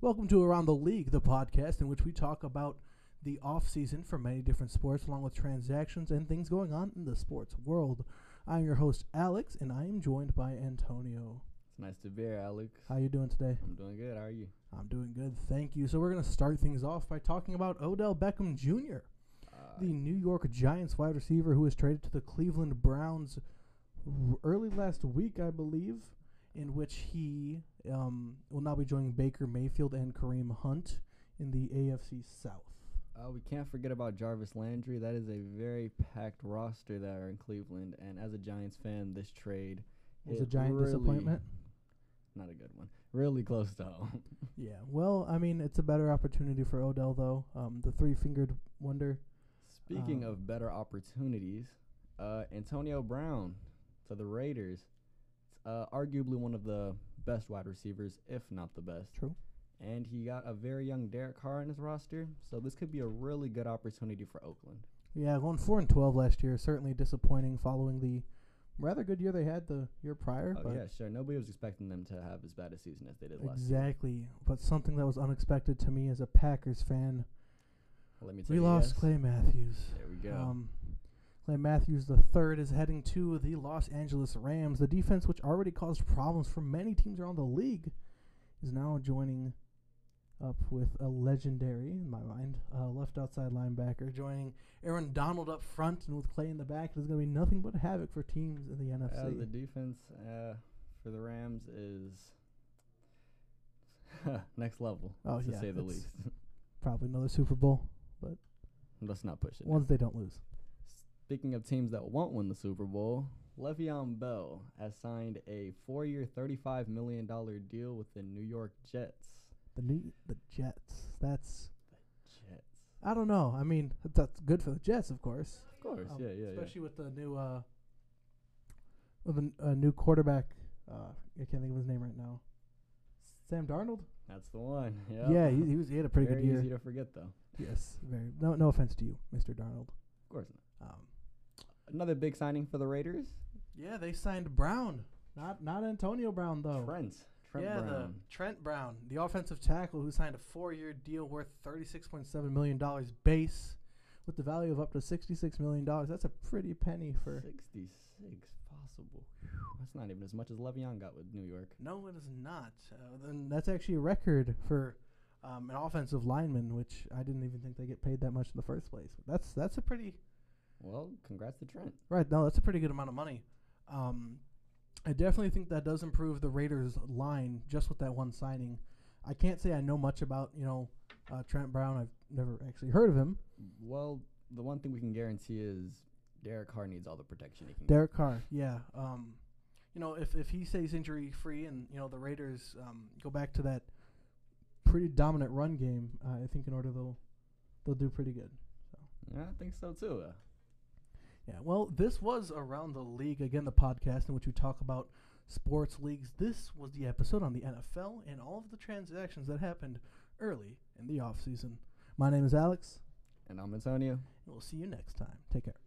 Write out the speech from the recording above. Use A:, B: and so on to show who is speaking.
A: Welcome to Around the League, the podcast in which we talk about the off season for many different sports, along with transactions and things going on in the sports world. I'm your host Alex, and I am joined by Antonio.
B: It's nice to be here, Alex.
A: How you doing today?
B: I'm doing good. How are you?
A: I'm doing good, thank you. So we're gonna start things off by talking about Odell Beckham Jr.,
B: Uh,
A: the New York Giants wide receiver who was traded to the Cleveland Browns r- early last week, I believe, in which he um, will now be joining Baker Mayfield and Kareem Hunt in the AFC South.
B: uh, we can't forget about Jarvis Landry. That is a very packed roster that are in Cleveland. And as a Giants fan, this trade
A: Was a
B: hit
A: giant
B: really-
A: disappointment.
B: Not a good one. Really close to home.
A: Yeah, well, I mean, it's a better opportunity for Odell though. Um, the three-fingered wonder.
B: Speaking
A: Um,
B: of better opportunities, uh, Antonio Brown to the Raiders. Uh, arguably one of the best wide receivers, if not the best.
A: True.
B: And he got a very young Derek Carr in his roster, so this could be a really good opportunity for Oakland.
A: Yeah, going four and twelve last year is certainly disappointing. Following the rather good year they had the year prior.
B: Oh,
A: but
B: yeah, sure. Nobody was expecting them to have as bad a season as they did last year.
A: Exactly. But something that was unexpected to me as a Packers fan,
B: Let me tell
A: we
B: you.
A: lost
B: yes.
A: Clay Matthews.
B: There we go.
A: Um, Clay Matthews the third is heading to the Los Angeles Rams. The defense, which already caused problems for many teams around the league, is now joining up with a legendary, in my mind, uh, left outside linebacker, joining Aaron Donald up front and with Clay in the back. There's going to be nothing but havoc for teams in the
B: Uh,
A: NFC.
B: the defense uh, for the Rams is next level,
A: Oh,
B: to
A: yeah,
B: say the
A: it's-
B: least.
A: Probably another Super Bowl
B: Let's not push it. now.
A: once they don't lose.
B: Speaking of teams that won't win the Super Bowl, Le'Veon Bell has signed a four-year, $35 million deal with the New York Jets.
A: The new the Jets. That's
B: Jets.
A: I don't know. I mean, that's good for the Jets, of course.
B: Of course,
A: Um,
B: yeah, yeah, yeah.
A: Especially with the new uh, with a n- a new quarterback. Uh, I can't think of his name right now. Sam Darnold.
B: That's the one. Yeah,
A: Yeah, he, he was. He had a pretty
B: Very
A: good year.
B: easy to forget, though. Of
A: Yes, very. No, no offense to you, Mr. Darnold.
B: course
A: Um,
B: not. Another big signing for the Raiders.
A: yeah, they signed Brown. Not not Antonio Brown though.
B: Trent. Trent
A: Oh. yeah, the
B: Brown.
A: Trent Brown, the offensive tackle who signed a four-year deal worth thirty-six point seven million dollars base, with the value of up to sixty-six million dollars. That's a pretty penny for.
B: 66 possible. Whew, That's not even as much as Le'Veon got with New York.
A: No, it is not. Uh, then that's actually a record for um, an offensive lineman, which I didn't even think they get paid that much in the first place. That's that's a pretty
B: Well, congrats to Trent.
A: right. No, that's a pretty good amount of money. Um, I definitely think that does improve the Raiders' line just with that one signing. I can't say I know much about you know uh, Trent Brown. I've never actually heard of him.
B: Well, the one thing we can guarantee is Derek Carr needs all the protection he can get.
A: Derek Carr, yeah. Um, you know, if, if he stays injury free and you know the Raiders um, go back to that pretty dominant run game, uh, I think in order they'll they'll do pretty good.
B: Yeah, I think so too. Uh,
A: Yeah. Well, this was around the league again, the podcast in which we talk about sports leagues. This was the episode on the NFL and all of the transactions that happened early in the off season. My name is Alex,
B: and I'm Antonio.
A: and we'll see you next time. Take care.